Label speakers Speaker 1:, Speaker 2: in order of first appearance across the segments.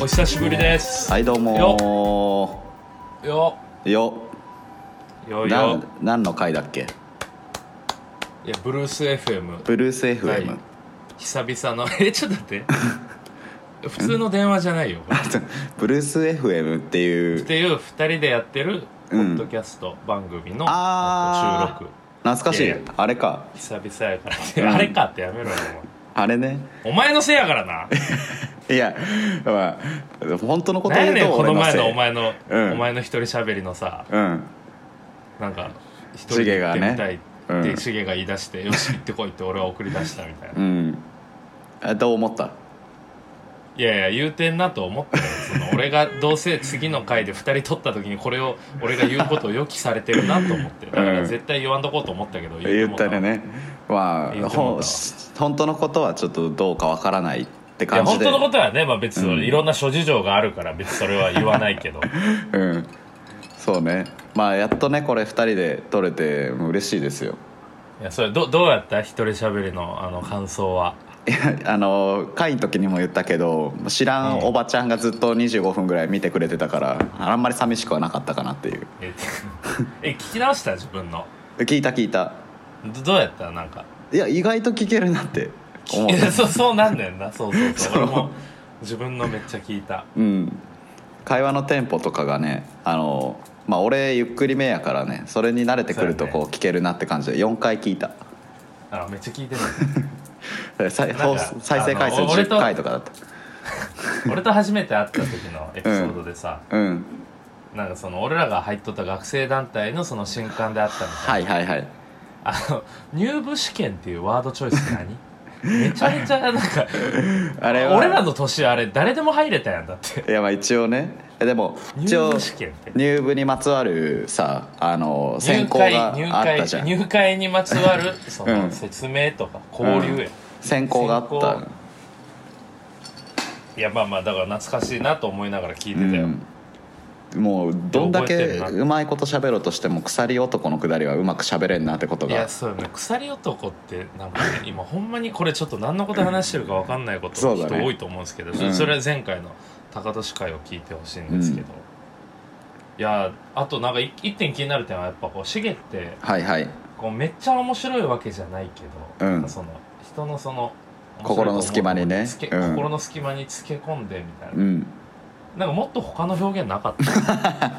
Speaker 1: 久しぶりです
Speaker 2: はいどうも
Speaker 1: よ
Speaker 2: ーよ
Speaker 1: よ
Speaker 2: な
Speaker 1: よ
Speaker 2: ん何の回だっけ
Speaker 1: いやブルース FM
Speaker 2: ブルース FM、
Speaker 1: はい久々の えちょっと待って普通の電話じゃないよこれ
Speaker 2: ブルース FM ってい
Speaker 1: っ
Speaker 2: う
Speaker 1: ていう2人でやってるポ
Speaker 2: うん
Speaker 1: ッドキャスト番組の
Speaker 2: あー
Speaker 1: 収録
Speaker 2: 懐かしい
Speaker 1: いやいや
Speaker 2: あれか
Speaker 1: 久々やからってあれかってやめろよ
Speaker 2: あれね
Speaker 1: お前お前のせいやからない
Speaker 2: やまあ本当のこと
Speaker 1: 何
Speaker 2: 言
Speaker 1: や
Speaker 2: うと
Speaker 1: ねんこの前のお
Speaker 2: 俺
Speaker 1: 前の
Speaker 2: うん
Speaker 1: お前の一人喋りのさ
Speaker 2: せいうん
Speaker 1: なんか一人で行ってみたい
Speaker 2: シゲが
Speaker 1: っ
Speaker 2: ねう
Speaker 1: て
Speaker 2: ん
Speaker 1: シゲが言い出してよし行ってこいって俺は送り出したみたいな
Speaker 2: うんあどう思った
Speaker 1: いやいや言うてんなと思ったよその俺がどうせ次の回で2人取った時にこれを俺が言うことを予期されてるなと思ってだから絶対言わんとこうと思ったけど
Speaker 2: 言
Speaker 1: も
Speaker 2: ったたらねま
Speaker 1: 言
Speaker 2: あ
Speaker 1: うてもうた
Speaker 2: ほ
Speaker 1: わ
Speaker 2: ん本当のことはちょっとどうかわからないって
Speaker 1: いや
Speaker 2: 感じ
Speaker 1: 本
Speaker 2: で
Speaker 1: 当のことはね、まあ、別
Speaker 2: うん
Speaker 1: にいろんな諸事情があるから別にそれは言わないけ ど
Speaker 2: うんそうねまあやっとねこれ2人で撮れてもう嬉しいですよ
Speaker 1: いやそれどどうやった一人喋りのあの感想はい
Speaker 2: や あの会の時にも言ったけど知らんおばちゃんがずっと25分ぐらい見てくれてたからあんまり寂しくはなかったかなっていう
Speaker 1: え え聞き直した自分の
Speaker 2: 聞いた聞いた
Speaker 1: どどうやったなんか
Speaker 2: いや意外と聞けるなって思っ
Speaker 1: いや
Speaker 2: た
Speaker 1: そうそうなんねんなそうそうそう
Speaker 2: そう
Speaker 1: 俺も自分のめっちゃ聞いた
Speaker 2: うん会話のテンポとかがねあのまあ俺ゆっくりめやからねそれに慣れてくるとこう
Speaker 1: そう
Speaker 2: 聞けるなって感じで4回聞いた
Speaker 1: あめっちゃ聞いてる
Speaker 2: 再
Speaker 1: なんか
Speaker 2: 放送再生回数
Speaker 1: あの俺と
Speaker 2: 10回とかだった
Speaker 1: 俺と初めて会った時のエピソードでさ、
Speaker 2: うん
Speaker 1: なんかその俺らが入っとった学生団体のその新刊であったみたい
Speaker 2: はいはいはい
Speaker 1: あの入部試験っていうワードチョイス 何めちゃめちゃなんか
Speaker 2: あれは
Speaker 1: 俺らの年あれ誰でも入れたやんだって
Speaker 2: いやまあ一応ねえでも一
Speaker 1: 入
Speaker 2: 応
Speaker 1: 部試験って
Speaker 2: 入部にまつわるさあの選
Speaker 1: 入
Speaker 2: 考
Speaker 1: 会
Speaker 2: が
Speaker 1: 入
Speaker 2: あったじゃ
Speaker 1: 会
Speaker 2: ん
Speaker 1: 入会にまつわるそうの
Speaker 2: ん
Speaker 1: 説明とか交流や、
Speaker 2: 選考があ
Speaker 1: 選
Speaker 2: っ
Speaker 1: 考いやまあまあだから懐かしいなと思いながら聞い
Speaker 2: た、う
Speaker 1: てたよ、
Speaker 2: ん、もうどんだ
Speaker 1: 覚
Speaker 2: け
Speaker 1: えてるな
Speaker 2: うまいこと喋ろうとしても鎖男のくだりはうまく喋れんなってこと
Speaker 1: いや
Speaker 2: が
Speaker 1: そうよね鎖男ってなんかね今ほんまにこれちょっと何のこと話してるか分かんないこと
Speaker 2: そう
Speaker 1: 人
Speaker 2: だね
Speaker 1: 多いと思うんですけどそ,、
Speaker 2: うん
Speaker 1: れは前回の高俊会を聞いてほしいんですけど、
Speaker 2: う
Speaker 1: いやあとなんかい一点気になる点はやっぱこうシゲって
Speaker 2: はいはい
Speaker 1: こうめっちゃ面白いわけじゃないけど、
Speaker 2: うん
Speaker 1: なんかその人のその
Speaker 2: 心の隙間にね
Speaker 1: 面白いと思うところにつけ心
Speaker 2: うん
Speaker 1: の隙間につけ込んでみたいな、
Speaker 2: うん
Speaker 1: なんかもっと他の表現なかった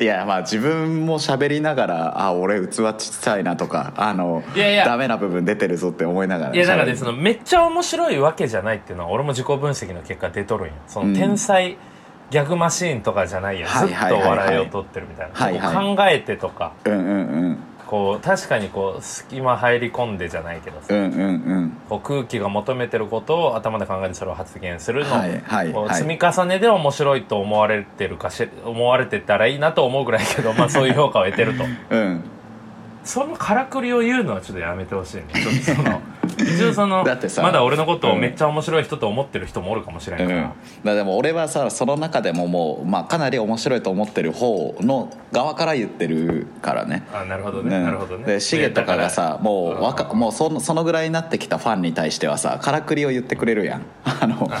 Speaker 2: いやまあ自分も喋りながらあ俺器小さいなとかあの
Speaker 1: いやいや
Speaker 2: ダメな部分出てるぞって思いながら
Speaker 1: いやだからね
Speaker 2: 喋
Speaker 1: そ
Speaker 2: る
Speaker 1: のめっちゃ面白いわけじゃないっていうのは俺も自己分析の結果出とるんよそ
Speaker 2: うん
Speaker 1: の天才ギャグマシーンとかじゃないやん、
Speaker 2: はい
Speaker 1: ず
Speaker 2: は
Speaker 1: っ
Speaker 2: い
Speaker 1: と
Speaker 2: はいはい
Speaker 1: 笑いを取ってるみたいな、
Speaker 2: はいはい
Speaker 1: こう考えてとか
Speaker 2: うんうんうん
Speaker 1: こう確かにこう隙間入り込んでじゃないけどさ、
Speaker 2: うんうんうん
Speaker 1: こう空気が求めてることを頭で考えてそれを発言するの、
Speaker 2: はいはい
Speaker 1: こう
Speaker 2: はい
Speaker 1: 積み重ねで面白いと思われてるかし思われてたらいいなと思うぐらいけど、まあ、そういう評価を得てると
Speaker 2: うん
Speaker 1: そのからくりを言うのはちょっとやめてほし いねちょっとその一応その
Speaker 2: だってさ
Speaker 1: まだ俺のことをめっちゃ面白い人と思ってる人もおるかもしれない
Speaker 2: うん、
Speaker 1: か
Speaker 2: だ
Speaker 1: ら
Speaker 2: か、らでも俺はさその中でももう、まあ、かなり面白いと思ってる方の側から言ってるからね。
Speaker 1: あなるほど
Speaker 2: う
Speaker 1: ね、
Speaker 2: ん
Speaker 1: なるほどね
Speaker 2: でシゲとかが
Speaker 1: ね
Speaker 2: さも
Speaker 1: う
Speaker 2: うんわかもうそのそのぐらいになってきたファンに対してはさからくりを言ってくれるやんあの
Speaker 1: だから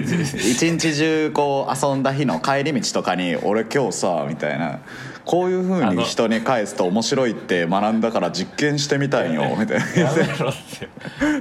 Speaker 2: 一日中こう遊んだ日の帰り道とかに「俺今日さ」みたいなこういうふうに人に返すと面白いって学んだから実験してみたいよみたい
Speaker 1: やめろって
Speaker 2: な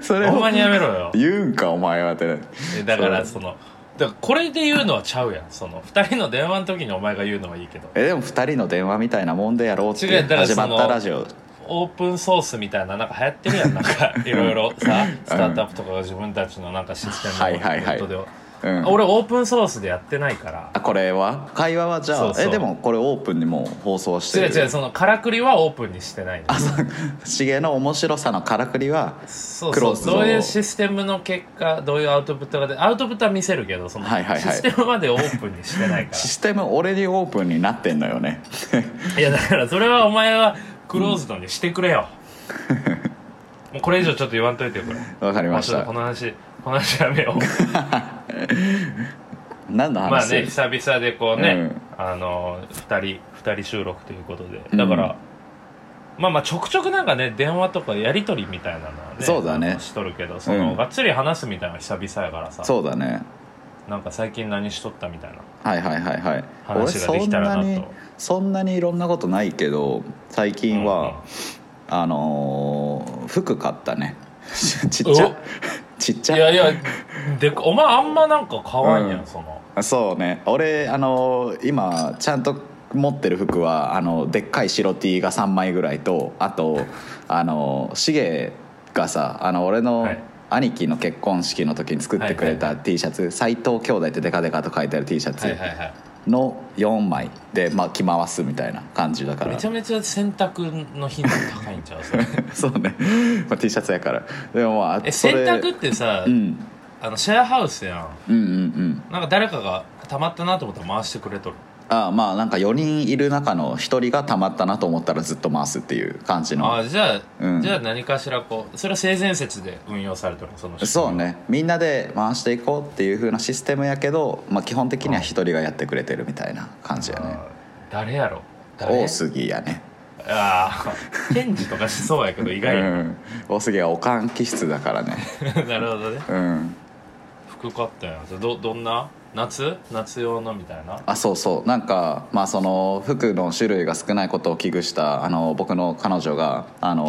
Speaker 2: それ
Speaker 1: ほん
Speaker 2: を
Speaker 1: まにやめろよ
Speaker 2: 言うんかお前はってね
Speaker 1: えだからそのだからこれで言うのはちゃうやんその2人の電話の時にお前が言うのはいいけど
Speaker 2: えでも二人の電話みたいなもんでやろうって
Speaker 1: 違うだから
Speaker 2: 始
Speaker 1: そ
Speaker 2: ま
Speaker 1: の
Speaker 2: ったラジオ
Speaker 1: オープンソースみたいななんか流行ってるやんなん かいろいろさスタートアップとかが自分たちのなんかシステム
Speaker 2: はいはいはい
Speaker 1: ネットで
Speaker 2: うん
Speaker 1: 俺オープンソースでやってないから
Speaker 2: あこれは会話はじゃあ
Speaker 1: そうそう
Speaker 2: えでもこれオープンにもう放送して
Speaker 1: 違う
Speaker 2: る
Speaker 1: 違うそのからくりはオープンにしてないの
Speaker 2: しげの面白さのからくりは
Speaker 1: そう
Speaker 2: ク
Speaker 1: そ
Speaker 2: ロ
Speaker 1: う
Speaker 2: スを
Speaker 1: どういうシステムの結果どういうアウトプットが出アウトプットは見せるけどその
Speaker 2: はいはいはい
Speaker 1: システムまでオープンにしてないか
Speaker 2: システム俺にオープンになってんのよね
Speaker 1: ら いやだからそれはお前はクローズドにしてくれよ、もうこれ以上ちょっと言わんといてよこれ
Speaker 2: わかりまし
Speaker 1: ちょっと
Speaker 2: た
Speaker 1: この話この話やめ よう
Speaker 2: 何の
Speaker 1: まあ
Speaker 2: 話、
Speaker 1: ね久々でこうね、あの2人2人収録ということでだから、まあまあちょくちょくなんかね電話とかやり取りみたいなのはね
Speaker 2: そうだね
Speaker 1: あのしとるけどその、
Speaker 2: うん
Speaker 1: がっつり話すみたいなのは久々やからさ
Speaker 2: そうだね
Speaker 1: なんか最近何しとったみたいな
Speaker 2: はいはいはいはい俺
Speaker 1: 話がで
Speaker 2: そ
Speaker 1: き
Speaker 2: ん
Speaker 1: たら
Speaker 2: な
Speaker 1: なと
Speaker 2: にそんなにいろんなことないけど最近は、あのー服買ったね ちっちゃ
Speaker 1: お
Speaker 2: ちっち
Speaker 1: い
Speaker 2: ゃ
Speaker 1: やいやでお前あんまなんか買わんやん、
Speaker 2: うん
Speaker 1: その
Speaker 2: そうね俺あの今ちゃんと持ってる服はあのでっかい白 T が3枚ぐらいとあとあのシゲがさあの俺の
Speaker 1: はい
Speaker 2: 兄貴の結婚式の時に作ってくれ
Speaker 1: はい
Speaker 2: た T シャツ「斎、藤兄弟」ってデカデカと書いてある T シャ
Speaker 1: はい
Speaker 2: ツ
Speaker 1: はいはい
Speaker 2: の4枚で、まあ、着回すみたいな感じだから
Speaker 1: めちゃめちゃ洗濯の頻度高いんちゃうそ れ
Speaker 2: そうね、まあ、T シャツやからでもまあ
Speaker 1: え
Speaker 2: そ
Speaker 1: 洗
Speaker 2: れ
Speaker 1: 濯ってさ、
Speaker 2: うん
Speaker 1: あのシェアハウスやん
Speaker 2: うんうんうん
Speaker 1: なんか誰かがたまったなと思ったら回してくれとる
Speaker 2: ああまあなんか4人いる中の1人がたまったなと思ったらずっと回すっていう感じ
Speaker 1: あ
Speaker 2: の
Speaker 1: あじゃあ、
Speaker 2: うん
Speaker 1: じゃあ何かしらこうそれは性善説で運用されてるのその
Speaker 2: そうねみんなで回していこうっていう風なシステムやけど、まあ、基本的には1人がやってくれてるみたいな感じやね
Speaker 1: あー誰やろ誰
Speaker 2: 大杉やね
Speaker 1: ああ 検事とかしそうやけど意
Speaker 2: う
Speaker 1: 外や、
Speaker 2: ん大杉はおかん気質だからね
Speaker 1: なるほどね
Speaker 2: うん
Speaker 1: 服買ったやんどどんな夏夏用のみたいな
Speaker 2: あそうそうなんか、まあ、その服の種類が少ないことを危惧したあの僕の彼女があ
Speaker 1: うん
Speaker 2: の、
Speaker 1: う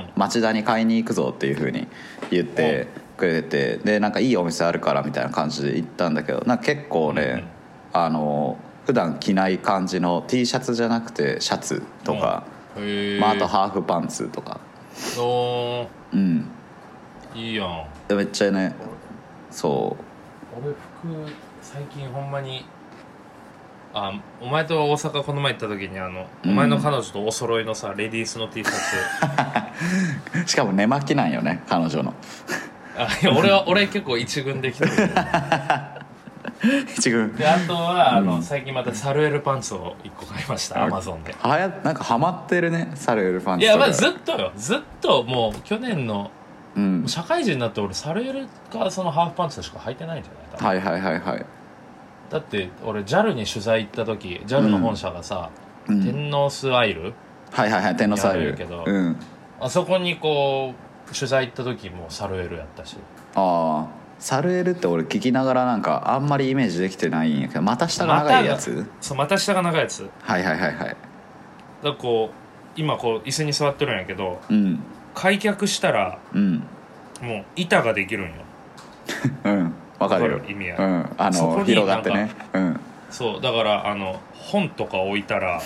Speaker 1: ん
Speaker 2: 町田に買いに行くぞっていうふうに言ってくれてでなんかいいお店あるからみたいな感じで行ったんだけどなんか結構ね、あの普段着ない感じの T シャツじゃなくてシャツとか、
Speaker 1: へえ
Speaker 2: まあ、あとハーフパンツとか
Speaker 1: お
Speaker 2: うん
Speaker 1: ーいいやん
Speaker 2: でめっちゃねそう
Speaker 1: 俺服最近ほんまにあお前と大阪この前行った時にあの、
Speaker 2: うん
Speaker 1: お前の彼女とお揃いのさレディースの T シャツ
Speaker 2: しかも寝巻きなんよね彼女の
Speaker 1: あいや俺は俺結構一軍できてる
Speaker 2: 一軍
Speaker 1: であとはあの、最近またサルエルパンツを1個買いましたアマゾンで
Speaker 2: はやなんかハマってるねサルエルパン
Speaker 1: い
Speaker 2: ツ
Speaker 1: や
Speaker 2: とか
Speaker 1: まあずっとよずっともう去年の
Speaker 2: うん
Speaker 1: 社会人になって俺サルエルかそのハーフパンツしか履いてないんじゃない多分
Speaker 2: はいはいはいはい
Speaker 1: だって俺 JAL に取材行った時 JAL の本社がさ、
Speaker 2: うん
Speaker 1: 天皇スアイル
Speaker 2: はいはいはい天皇サル
Speaker 1: や
Speaker 2: エ
Speaker 1: る
Speaker 2: ル
Speaker 1: けど
Speaker 2: うん
Speaker 1: あそこにこう取材行った時もサルエルやったし
Speaker 2: ああサルエルって俺聞きながらなんかあんまりイメージできてないんやけど股下が長いやつ
Speaker 1: そう股下が長いやつだか
Speaker 2: はいはいはいはい
Speaker 1: らこう今こう椅子に座ってるんやけど
Speaker 2: うん
Speaker 1: 開脚したら
Speaker 2: うん
Speaker 1: もう板ができるんよ
Speaker 2: うんわかるよ
Speaker 1: わかる意味
Speaker 2: う
Speaker 1: は
Speaker 2: んあ
Speaker 1: そこ
Speaker 2: の
Speaker 1: に
Speaker 2: 広がってねうん
Speaker 1: そうだからあの本とか置いた ら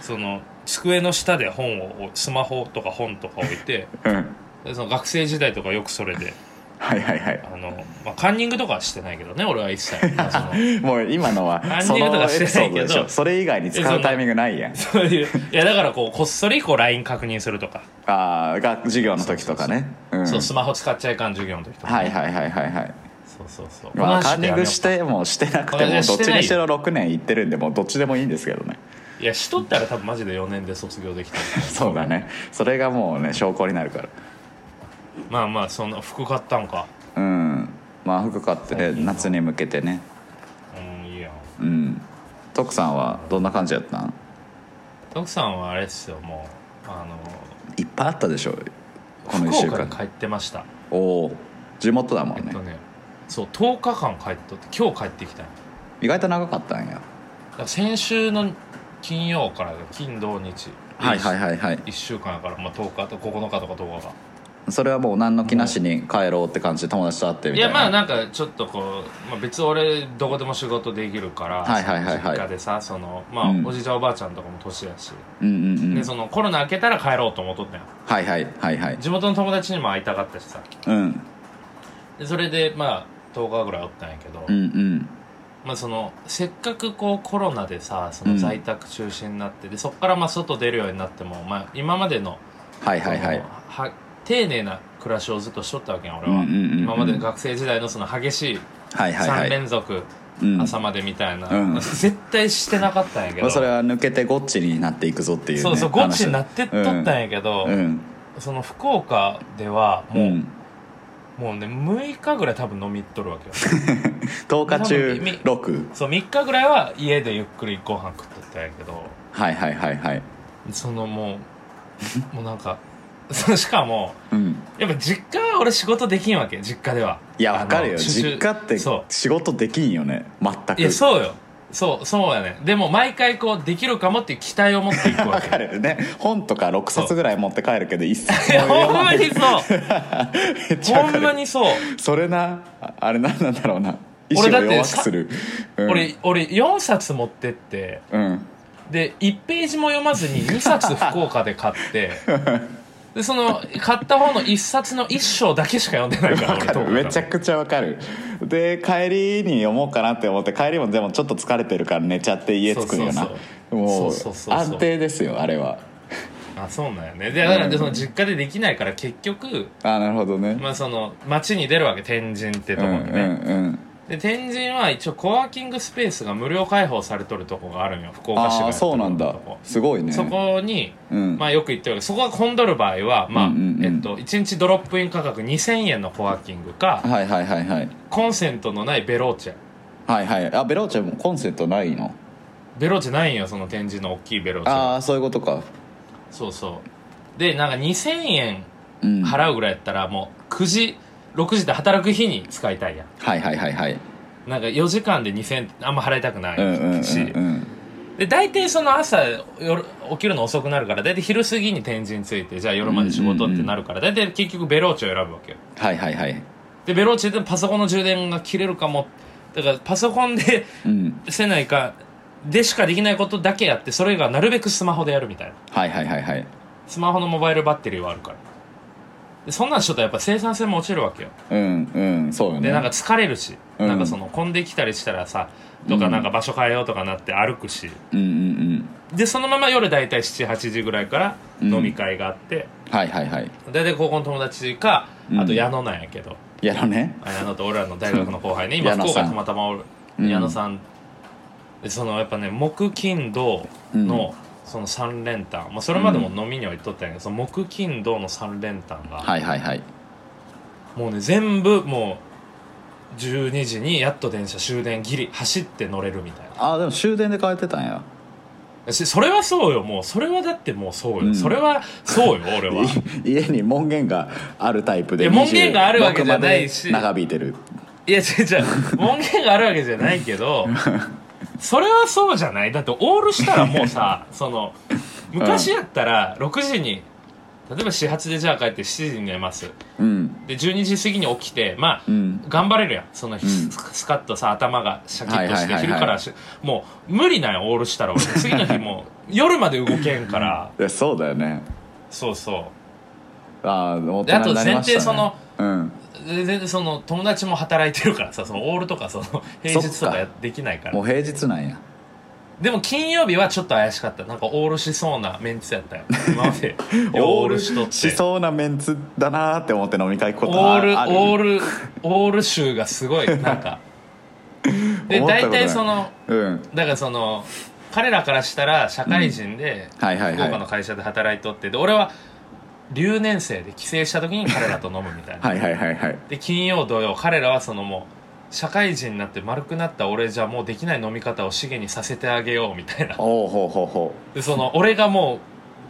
Speaker 1: その机の下で本をスマホとか本とか置いて
Speaker 2: うん
Speaker 1: でその学生時代とかよくそれで
Speaker 2: はいはいはい
Speaker 1: あの、まあ、カンニングとかはしてないけどね俺は一切、まあその
Speaker 2: もう今のは
Speaker 1: ン
Speaker 2: そ
Speaker 1: ニングと
Speaker 2: のエ
Speaker 1: かして
Speaker 2: ピ
Speaker 1: ないけど
Speaker 2: ソードでしょそれ以外に使うタイミングないやん
Speaker 1: そういういやだからこうこっそりこう LINE 確認するとか、
Speaker 2: ああが授業の時とかねうん
Speaker 1: そうスマホ使っちゃいかん授業の時とか、
Speaker 2: はいはいはいはいはい
Speaker 1: そうそうそう、
Speaker 2: まあ
Speaker 1: この
Speaker 2: カ
Speaker 1: 話
Speaker 2: ン
Speaker 1: でやめ
Speaker 2: ニン
Speaker 1: よう
Speaker 2: グ
Speaker 1: か
Speaker 2: してもしてなくて
Speaker 1: い
Speaker 2: も
Speaker 1: や
Speaker 2: ど
Speaker 1: し
Speaker 2: ってち
Speaker 1: ない
Speaker 2: にしろ6年行ってるんでもうどっちでもいいんですけどね
Speaker 1: いやしとったら多分マジで4年で卒業できた
Speaker 2: そうだねそれがもうね証拠になるから
Speaker 1: まあまあそんな服買ったんか
Speaker 2: うんまあ服買って
Speaker 1: 最
Speaker 2: ね
Speaker 1: 近は
Speaker 2: 夏に向けてね
Speaker 1: うんいいやん
Speaker 2: うん徳さんはどんな感じやったん
Speaker 1: 徳さんはあれっすよもうあの
Speaker 2: いっぱいあったでしょこの1週
Speaker 1: 福岡に帰
Speaker 2: 間
Speaker 1: ってました
Speaker 2: おおー地元だもん
Speaker 1: えっ
Speaker 2: ね
Speaker 1: とねそう10日間帰っとって今日帰ってきたんよ
Speaker 2: 意外と長かったんや
Speaker 1: だから先週の金曜からよ金土日
Speaker 2: はいはいはいはい
Speaker 1: 1週間やから、まあ、10日と9日とか10日か
Speaker 2: それはもう何の気なしに帰ろうって感じで友達と会ってみ
Speaker 1: い
Speaker 2: たい
Speaker 1: や
Speaker 2: な
Speaker 1: まあなんかちょっとこう、まあ、別に俺どこでも仕事できるから、
Speaker 2: はいはいはいはい
Speaker 1: その実家でさその、まあ
Speaker 2: うん
Speaker 1: おじいちゃんおばあちゃんとかも年やし、
Speaker 2: うんうんうん
Speaker 1: でそのコロナ明けたら帰ろうと思っとったんよ
Speaker 2: はいはいはいはい
Speaker 1: 地元の友達にも会いたかったしさ
Speaker 2: うん
Speaker 1: でそれでまあ10日ぐらいおったんやけど、
Speaker 2: うんうん
Speaker 1: まあ、そのせっかくこうコロナでさその在宅中止になって、でそこからまあ外出るようになっても、まあ、今までの
Speaker 2: はいはいは
Speaker 1: そ
Speaker 2: い
Speaker 1: のは丁寧な暮らしをずっとしとったわけやん俺は、
Speaker 2: うんうんうんうん
Speaker 1: 今まで学生時代のその激しい
Speaker 2: はいはいは
Speaker 1: 3
Speaker 2: い
Speaker 1: 連続
Speaker 2: うん
Speaker 1: 朝までみたいな、
Speaker 2: うん
Speaker 1: 絶対してなかったんやけ
Speaker 2: ま
Speaker 1: ど
Speaker 2: あそれは抜けてゴッチになっていくぞっていうね
Speaker 1: そうそうゴッチになってっとったん
Speaker 2: や
Speaker 1: やけど、
Speaker 2: うん
Speaker 1: その福岡では
Speaker 2: う
Speaker 1: もう,、
Speaker 2: ん
Speaker 1: もうね6日ぐらい多分飲みっとるわけよ
Speaker 2: 10日中
Speaker 1: 多分
Speaker 2: 6
Speaker 1: そう3日ぐらいは家でゆっくりご飯食っとったんやけど
Speaker 2: はいはいはいはい
Speaker 1: そのもうもうなんかそうしかも
Speaker 2: うん
Speaker 1: やっぱ実家は俺仕事できんわけ実家ではい
Speaker 2: や
Speaker 1: あの
Speaker 2: わかるよ
Speaker 1: しゅ
Speaker 2: 実家って
Speaker 1: そ
Speaker 2: 仕事できんよね全
Speaker 1: う
Speaker 2: く
Speaker 1: いやそうよそうそうやねでも毎回こうできるかもっていう期待を持っていくわ
Speaker 2: わ
Speaker 1: け
Speaker 2: かるね本とか6冊ぐらい持って帰るけど一冊
Speaker 1: いや
Speaker 2: も
Speaker 1: ほ
Speaker 2: 読
Speaker 1: ん
Speaker 2: ま
Speaker 1: ま
Speaker 2: ない
Speaker 1: にそう
Speaker 2: めっちゃわ
Speaker 1: ほ
Speaker 2: か
Speaker 1: んま
Speaker 2: る
Speaker 1: にそう
Speaker 2: それなああれなんなんだろうな意志
Speaker 1: 俺だ
Speaker 2: を
Speaker 1: って
Speaker 2: 弱くするうん
Speaker 1: 俺俺4冊持ってって
Speaker 2: うん
Speaker 1: で1ページも読まずに2冊福岡で買って でその買った方の1冊の1章だけしか読んでないから
Speaker 2: わ
Speaker 1: 俺
Speaker 2: かるめちゃ
Speaker 1: ち
Speaker 2: くちゃわかるで帰りに読もうかなって思って帰りもでもちょっと疲れてるから寝ちゃって家着く
Speaker 1: そ
Speaker 2: よ
Speaker 1: う
Speaker 2: な
Speaker 1: そうそう
Speaker 2: もう
Speaker 1: そうそうそうそう
Speaker 2: 安定ですよあれは
Speaker 1: ゃあそうなんやねでだからでその実家でできないから結局、
Speaker 2: あなるほどね
Speaker 1: まあ、その街に出るわけ天神って
Speaker 2: う
Speaker 1: と
Speaker 2: ん
Speaker 1: こ
Speaker 2: う
Speaker 1: に
Speaker 2: ん
Speaker 1: ね、
Speaker 2: うん
Speaker 1: で天神は一応コワーキングスペースが無料開放されとるとこがあるんよ福岡市
Speaker 2: あ
Speaker 1: が
Speaker 2: あそうなんだすごいね
Speaker 1: そこに、
Speaker 2: うん
Speaker 1: まあ、よく言ってるけどそこが混んどる場合は、まあ
Speaker 2: うんうんうん
Speaker 1: えっと、1日ドロップイン価格2000円のコワーキングか
Speaker 2: はいはいはいはい
Speaker 1: コンセントのないベローチェ
Speaker 2: はいはいあベローチェもコンセントないの
Speaker 1: ベローチェないんよその展示の大きいベローチェ
Speaker 2: ああそういうことか
Speaker 1: そうそうでなんか2000円
Speaker 2: うんはい
Speaker 1: 払うぐらいやったらもう9時6時で働く日に使いたいやん
Speaker 2: はいはいはい
Speaker 1: なんか4時間で2000円あんま払いたくな
Speaker 2: うんうんうんう
Speaker 1: いし、
Speaker 2: ん
Speaker 1: で大体その朝夜起きるの遅くなるから大体昼過ぎに天神ついてじゃあ夜まで仕事ってなるから大体結局ベローチェを選ぶわけよ
Speaker 2: はいはいはい
Speaker 1: でベローチェでパソコンの充電が切れるかもだからパソコンで
Speaker 2: うん
Speaker 1: せないかでしかできないことだけやってそれがなるべくスマホでやるみたいな
Speaker 2: はいはいはいはい
Speaker 1: スマホのモバイルバッテリーはあるからでそんなんしとったらやっぱ生産性も落ちるわけよ
Speaker 2: うんうんそうよね
Speaker 1: でなんか疲れるし、
Speaker 2: うん
Speaker 1: なんかその混んできたりしたらさとかなんか場所変えようとかなって歩くし
Speaker 2: うんうんうん
Speaker 1: でそのまま夜大体78時ぐらいから飲み会があって、
Speaker 2: はいはいはい
Speaker 1: 大体高校の友達か
Speaker 2: うん
Speaker 1: あと矢野なんやけど、
Speaker 2: やろうね
Speaker 1: あ矢野と俺らの大学の後輩ね今
Speaker 2: 矢
Speaker 1: 福
Speaker 2: 野さ
Speaker 1: 岡
Speaker 2: ん
Speaker 1: たまたまおる
Speaker 2: うん
Speaker 1: 矢野さんでそのやっぱね木金土の、その3連単、まあ、それまでも飲みには行っとったんやけどその木金土の3連単が、
Speaker 2: はいはいはい
Speaker 1: もうね全部もう12時にやっと電車終電ギリ走って乗れるみたい
Speaker 2: ああでも終電で帰ってたんや
Speaker 1: なしそれはそうよもうそれはだってもうそうよ、
Speaker 2: うん
Speaker 1: それはそうよ俺 は
Speaker 2: 家に門限があるタイプ
Speaker 1: い
Speaker 2: で
Speaker 1: や門限があるわけじゃないし
Speaker 2: 26まで長引いてる
Speaker 1: いや違う違う門限があるわけじゃないけ どそれはそうじゃないだってオールしたらもう さその昔やったら6時に例えば始発でじゃあ帰って7時に寝ます
Speaker 2: うん
Speaker 1: で12時過ぎに起きてまあ、
Speaker 2: うん
Speaker 1: 頑張れるやんその日、
Speaker 2: うん
Speaker 1: スカッとさ頭がシャキッとして
Speaker 2: はいはいはいはい
Speaker 1: 昼からしもう無理なんよオールしたら俺次の日も う夜まで動けんから
Speaker 2: いやそうだよね
Speaker 1: そうそ
Speaker 2: ああ大
Speaker 1: であ
Speaker 2: 人
Speaker 1: と
Speaker 2: になりました
Speaker 1: 前提
Speaker 2: ね
Speaker 1: その
Speaker 2: うん
Speaker 1: うで全然その友達も働いてるからさそのオールとかその平日とかやできないから
Speaker 2: もう平日なんや
Speaker 1: でも金曜日はちょっと怪しかったなんかオールしそうなメンツや ったよ今までいやオールしとって
Speaker 2: しそうなメンツだなーって思って飲み会行くこと
Speaker 1: オ
Speaker 2: は
Speaker 1: ール
Speaker 2: ある
Speaker 1: オールオール集がすごいなんかで
Speaker 2: 思ったこと
Speaker 1: 大
Speaker 2: ない
Speaker 1: 体その
Speaker 2: うん
Speaker 1: だからその彼らからしたら社会人で
Speaker 2: うんはいはいはい
Speaker 1: 福岡の会社で働いとってで俺は留年生で帰省した時に彼らと飲むみたいな、
Speaker 2: はいはいはいはい
Speaker 1: で金曜土曜彼らはそのもう社会人になって丸くなった俺じゃもうできない飲み方を資源にさせてあげようみたいな
Speaker 2: おおほうほうほ
Speaker 1: でその俺がもう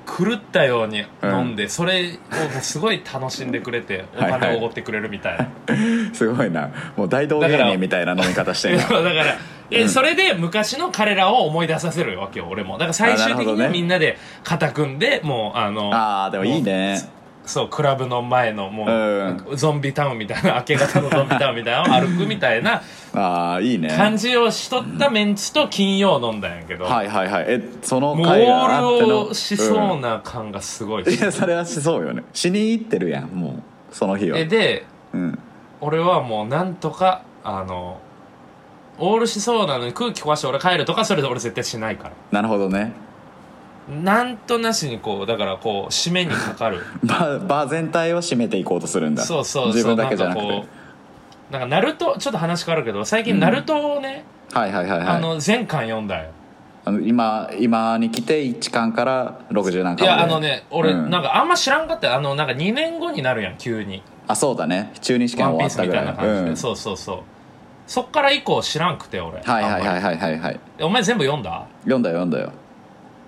Speaker 1: 狂ったように飲んで、それをもうすごい楽しんでくれてお
Speaker 2: はいはい
Speaker 1: 金をおごってくれるみたいな、
Speaker 2: うすごいなもう大道芸人みたいな飲み方してる
Speaker 1: で
Speaker 2: な
Speaker 1: もだから、えそれで昔の彼らを思い出させるわけよ俺もだから最終
Speaker 2: あな
Speaker 1: 的
Speaker 2: るほ
Speaker 1: に
Speaker 2: ど
Speaker 1: は
Speaker 2: ね
Speaker 1: みんなで肩組んでもうあの
Speaker 2: あーでもいいね
Speaker 1: もうそうクラブの前のもう、
Speaker 2: う
Speaker 1: ゾンビタウンみたいな明け方のゾンビタウンみたいなのを歩くみたいな
Speaker 2: ああいいね
Speaker 1: 感じをしとったメンツと金曜飲んだんやけど、
Speaker 2: はいはいはいえその
Speaker 1: もうオ
Speaker 2: 会があっての
Speaker 1: ールをしそうんな感がすごい
Speaker 2: い
Speaker 1: し、
Speaker 2: やそれはしそうよねしに行ってるやんもうその日は
Speaker 1: えで
Speaker 2: うん
Speaker 1: 俺はもうなんとかあのオールしそうなのに空気壊して俺帰るとかそれで俺絶対しないから
Speaker 2: なるほどね
Speaker 1: なんとなしにこうだからこう締めにかかる
Speaker 2: バーバー全体を締めていこうとす るんだ
Speaker 1: そうそう
Speaker 2: 自
Speaker 1: そう
Speaker 2: 分だけじゃなくて
Speaker 1: んかこうなんかナルトちょっと話変わるけど最近ナルトをね、
Speaker 2: はいはいはいはい
Speaker 1: あ
Speaker 2: あの
Speaker 1: の全巻読んだよ
Speaker 2: 今今に来て1巻から60何巻ま
Speaker 1: いや
Speaker 2: で
Speaker 1: あのね俺、
Speaker 2: うん
Speaker 1: なんかあんま知らんかったよあのなんか2年後になるやん急に
Speaker 2: あそうだね中二試
Speaker 1: 「ワン
Speaker 2: 験
Speaker 1: ピ
Speaker 2: 終わ
Speaker 1: ー
Speaker 2: っ
Speaker 1: ス
Speaker 2: た
Speaker 1: み
Speaker 2: ぐ
Speaker 1: た
Speaker 2: ら
Speaker 1: い
Speaker 2: い
Speaker 1: な感じで、
Speaker 2: うん
Speaker 1: そうそうそうそっから以降知らんくて俺
Speaker 2: はいはい
Speaker 1: あんま
Speaker 2: はいはいはいはい
Speaker 1: りお前全部読んだ
Speaker 2: 読んだよ読んだよ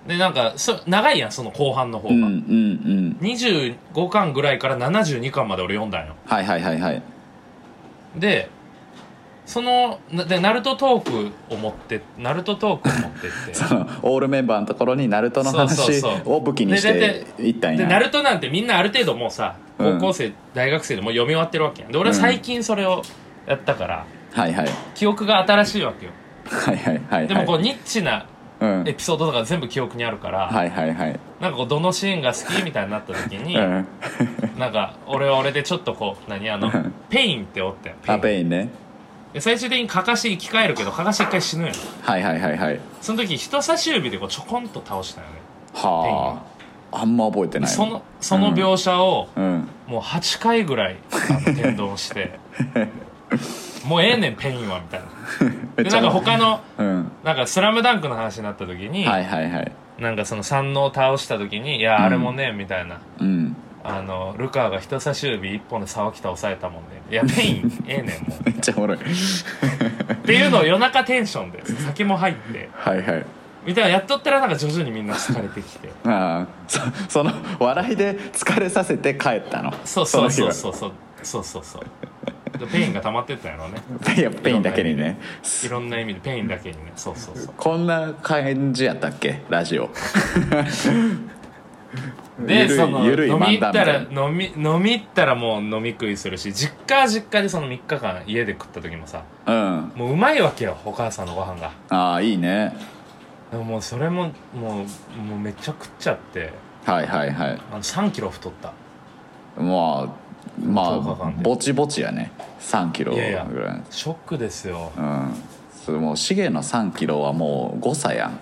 Speaker 1: でなんかそ長いやんその後半の方が、
Speaker 2: うんうんうん
Speaker 1: 25巻ぐらいから72巻まで俺読んだんよ
Speaker 2: はいはいはいはい
Speaker 1: でそのなでナルトトークを持ってナルトトークを持ってって
Speaker 2: そのオールメンバーのところにナルトの
Speaker 1: そう
Speaker 2: 話
Speaker 1: そうそう
Speaker 2: を武器にし
Speaker 1: で
Speaker 2: ていったん
Speaker 1: で
Speaker 2: や
Speaker 1: ナルトなんてみんなある程度もうさ
Speaker 2: う
Speaker 1: 高
Speaker 2: ん
Speaker 1: 校生、大学生でもう読み終わってるわけやんで俺は最近それをやったから、
Speaker 2: はいはい
Speaker 1: 記憶が新しいわけよ
Speaker 2: はいはいはいはい
Speaker 1: でもこうニッチな
Speaker 2: うん
Speaker 1: エピソードとか全部記憶にあるから、
Speaker 2: はいはいはい
Speaker 1: なんかこうどのシーンが好きみたいになった時に、
Speaker 2: うん
Speaker 1: なんか俺は俺でちょっとこう何あの
Speaker 2: うん
Speaker 1: ペインっておってんペイ
Speaker 2: あ
Speaker 1: ン
Speaker 2: ペインね
Speaker 1: で最終的にカカシ生き返るけどカカシ一回死ぬよ
Speaker 2: はいはいはいはい
Speaker 1: その時人差し指でこうちょこんと倒したよね
Speaker 2: はああんま覚えて
Speaker 1: で
Speaker 2: ない
Speaker 1: そのその描写を
Speaker 2: うん
Speaker 1: もう8回ぐらいあ の転倒してもうええねんペインはみたいな
Speaker 2: めっ
Speaker 1: で
Speaker 2: ち
Speaker 1: なんか
Speaker 2: ゃ
Speaker 1: 他の
Speaker 2: うん
Speaker 1: なんか「スラムダンクの話になった時に、
Speaker 2: はいはいはい
Speaker 1: なんかその山王倒した時に「いやあれもね」みたいな
Speaker 2: うん
Speaker 1: あのルカが人差し指一本で沢北抑えたもんねいやペインええねんも
Speaker 2: めっちゃおもろいう
Speaker 1: っていうのを夜中テンションで酒も入って
Speaker 2: はいはい
Speaker 1: みたいなやっとったらなんか徐々にみんな疲れてきて
Speaker 2: ああそその笑いで疲れさせて帰ったの
Speaker 1: そうそうそう
Speaker 2: う
Speaker 1: そうそうそうそうそうでペインが溜まってったんやろうね
Speaker 2: いやペインだけにね
Speaker 1: いろんな意味でペインだけにねそうそうそう
Speaker 2: こんな感じやったっけラジオ
Speaker 1: で
Speaker 2: ゆるい
Speaker 1: その
Speaker 2: ゆるい
Speaker 1: 飲み
Speaker 2: 漫
Speaker 1: 行
Speaker 2: 談
Speaker 1: っ
Speaker 2: みた
Speaker 1: た
Speaker 2: いな
Speaker 1: ら飲み飲み行ったらもう飲み食いするし実家は実家でその3日間家で食った時もさ
Speaker 2: うん
Speaker 1: もううまいわけよお母さんのご飯が
Speaker 2: ああいいね
Speaker 1: でももうそれももうもうめっちゃ食っちゃって
Speaker 2: はいはいはい
Speaker 1: あの3キロ太った
Speaker 2: まあま
Speaker 1: 10日
Speaker 2: あ
Speaker 1: 間で
Speaker 2: ぼちぼちやね3キロ
Speaker 1: い
Speaker 2: ぐら
Speaker 1: や
Speaker 2: い
Speaker 1: いやショックですよ
Speaker 2: うんそれもうシゲの3キロはもう誤差やん
Speaker 1: いや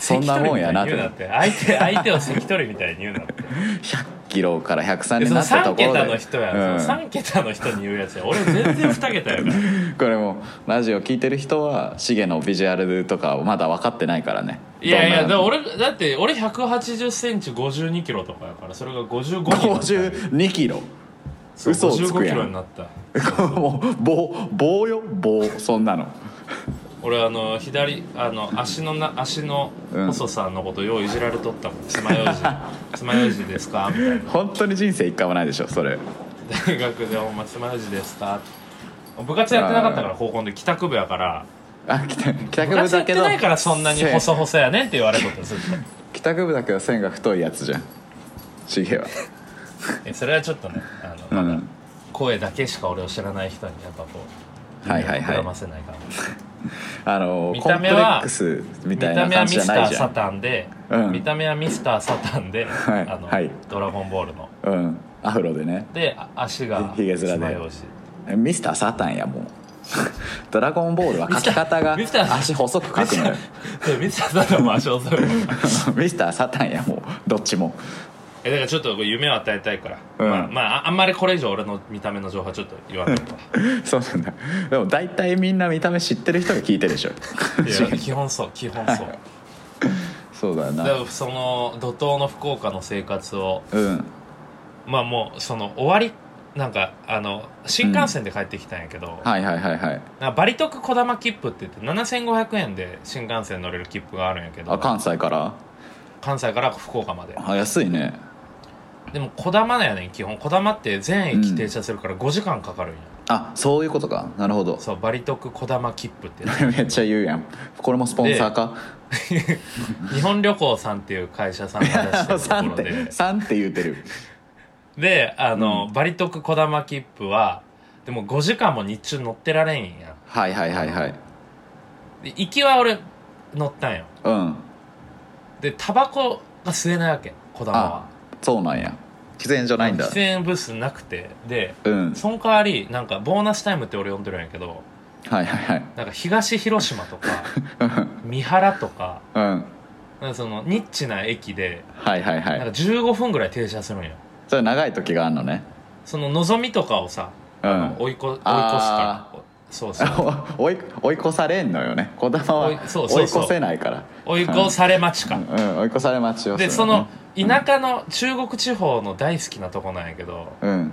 Speaker 2: そんなもんやな
Speaker 1: 関取みたいに言うなって相手相手を関取みたいに言うなって
Speaker 2: 100キロから103
Speaker 1: で
Speaker 2: に
Speaker 1: そ
Speaker 2: な
Speaker 1: の
Speaker 2: ったと
Speaker 1: 3
Speaker 2: ころで
Speaker 1: 桁の人や、
Speaker 2: うん
Speaker 1: その3桁の人に言うやつや俺全然2桁やから
Speaker 2: これもうラジオ聞いてる人はシゲのビジュアルとかまだ分かって ないからね
Speaker 1: いやいや
Speaker 2: どん
Speaker 1: だか
Speaker 2: な
Speaker 1: ら俺だって俺1 8 0ンチ5 2キロとかやからそれが5 5キロ
Speaker 2: 52キロ
Speaker 1: そう
Speaker 2: 嘘をつく
Speaker 1: 55
Speaker 2: や
Speaker 1: キ
Speaker 2: ん
Speaker 1: ロになった
Speaker 2: もう棒棒よ棒そんなの
Speaker 1: 俺あの左あの足のな足の
Speaker 2: うん
Speaker 1: 細さのことよういじられとったもん爪楊 枝爪楊枝ですかみたいな
Speaker 2: 本当に人生一回もないでしょそれ
Speaker 1: 大学で「お前爪楊枝ですか?」部活やってなかったから高校で帰宅部やから
Speaker 2: あ帰宅
Speaker 1: 部
Speaker 2: 帰宅部
Speaker 1: 活や
Speaker 2: だ
Speaker 1: っ
Speaker 2: け
Speaker 1: て
Speaker 2: ど
Speaker 1: ないからそんなに
Speaker 2: 線
Speaker 1: 細細やねんって言われとったずっと
Speaker 2: 帰宅部だけど線が太いやつじゃんシゲは
Speaker 1: えそれはちょっとねあの、
Speaker 2: うん
Speaker 1: まだ声だけしか俺を知らない人にやっぱこう
Speaker 2: はいはいはい
Speaker 1: 膨らませないから
Speaker 2: あの
Speaker 1: 見
Speaker 2: コ
Speaker 1: た
Speaker 2: ンプ
Speaker 1: 目
Speaker 2: レッ
Speaker 1: は
Speaker 2: クスみ
Speaker 1: 見
Speaker 2: たい
Speaker 1: た
Speaker 2: な
Speaker 1: 目は
Speaker 2: 感
Speaker 1: ミ
Speaker 2: じじゃ
Speaker 1: スタ
Speaker 2: ない
Speaker 1: ー
Speaker 2: じ
Speaker 1: サ
Speaker 2: ゃ
Speaker 1: タンで、
Speaker 2: うん
Speaker 1: 見た目はミスターサタンで、
Speaker 2: はい
Speaker 1: あの
Speaker 2: はい
Speaker 1: ドラゴンボールの
Speaker 2: んうんアフロでね
Speaker 1: であ足が
Speaker 2: ひひげ面で
Speaker 1: 爪楊枝
Speaker 2: ミスターサタンやもうドラゴンボールは書き方が
Speaker 1: ミスター
Speaker 2: 足細く書くのよ
Speaker 1: でミスターサタンも足遅いもん
Speaker 2: ミスターサタンやもうどっちも
Speaker 1: えだからちょっとこう夢を与えたいから、
Speaker 2: うん
Speaker 1: まあ、まあああんまりこれ以上俺の見た目の情報はちょっと言わない と
Speaker 2: そうなんだでも大体みんな見た目知ってる人が聞いてるでしょ
Speaker 1: いや基本そう基本そう
Speaker 2: そうだよ
Speaker 1: だか
Speaker 2: な
Speaker 1: らその怒涛の福岡の生活を
Speaker 2: うん
Speaker 1: まあもうその終わりなんかあの新幹線で帰ってきたんやけど、
Speaker 2: はいはいはいはい
Speaker 1: なんかバリ得こだま切符って言って7500円で新幹線乗れる切符があるんやけ
Speaker 2: あ
Speaker 1: ど
Speaker 2: 関西から
Speaker 1: 関西から福岡まで
Speaker 2: あ安いね
Speaker 1: でもこだまやねん基本こだまって全駅停車するから5時間かかるんや、
Speaker 2: あそういうことかなるほど
Speaker 1: そうバリ得こだま切符ってやつ
Speaker 2: めっちゃ言うやんこれもスポンサーか
Speaker 1: 日本旅行さんっていう会社さんが出 してるとこ
Speaker 2: 3
Speaker 1: ろ
Speaker 2: って
Speaker 1: で
Speaker 2: 3って言うてる
Speaker 1: であの、バリ得こだま切符はでも5時間も日中乗ってられんや
Speaker 2: はいはいはいはい
Speaker 1: で行きは俺乗ったんよ
Speaker 2: うん
Speaker 1: でタバコが吸えないわけこだまは
Speaker 2: あそうなんや喫煙じゃないんだ
Speaker 1: 喫煙ブースなくてで
Speaker 2: うん
Speaker 1: その代わりなんかボーナスタイムって俺呼んでるんやけど
Speaker 2: はいはい
Speaker 1: なんか東広島と か
Speaker 2: はい
Speaker 1: 三原とか
Speaker 2: うん
Speaker 1: なんかそのニッチな駅で
Speaker 2: はいはい
Speaker 1: なんか
Speaker 2: はい
Speaker 1: 15分ぐらい停車するんよ
Speaker 2: それ長い時があんのね
Speaker 1: その望みとかをさ、
Speaker 2: うん
Speaker 1: あの追いこ追い越す
Speaker 2: あ
Speaker 1: からそうそう
Speaker 2: 追い追い越されんのよね子供は
Speaker 1: 追いそうそうそう
Speaker 2: 追い越せないから
Speaker 1: 追い越され待ちか
Speaker 2: うん追い越され待ちをする
Speaker 1: でその田舎の中国地方の大好きなとこなんやけど
Speaker 2: うん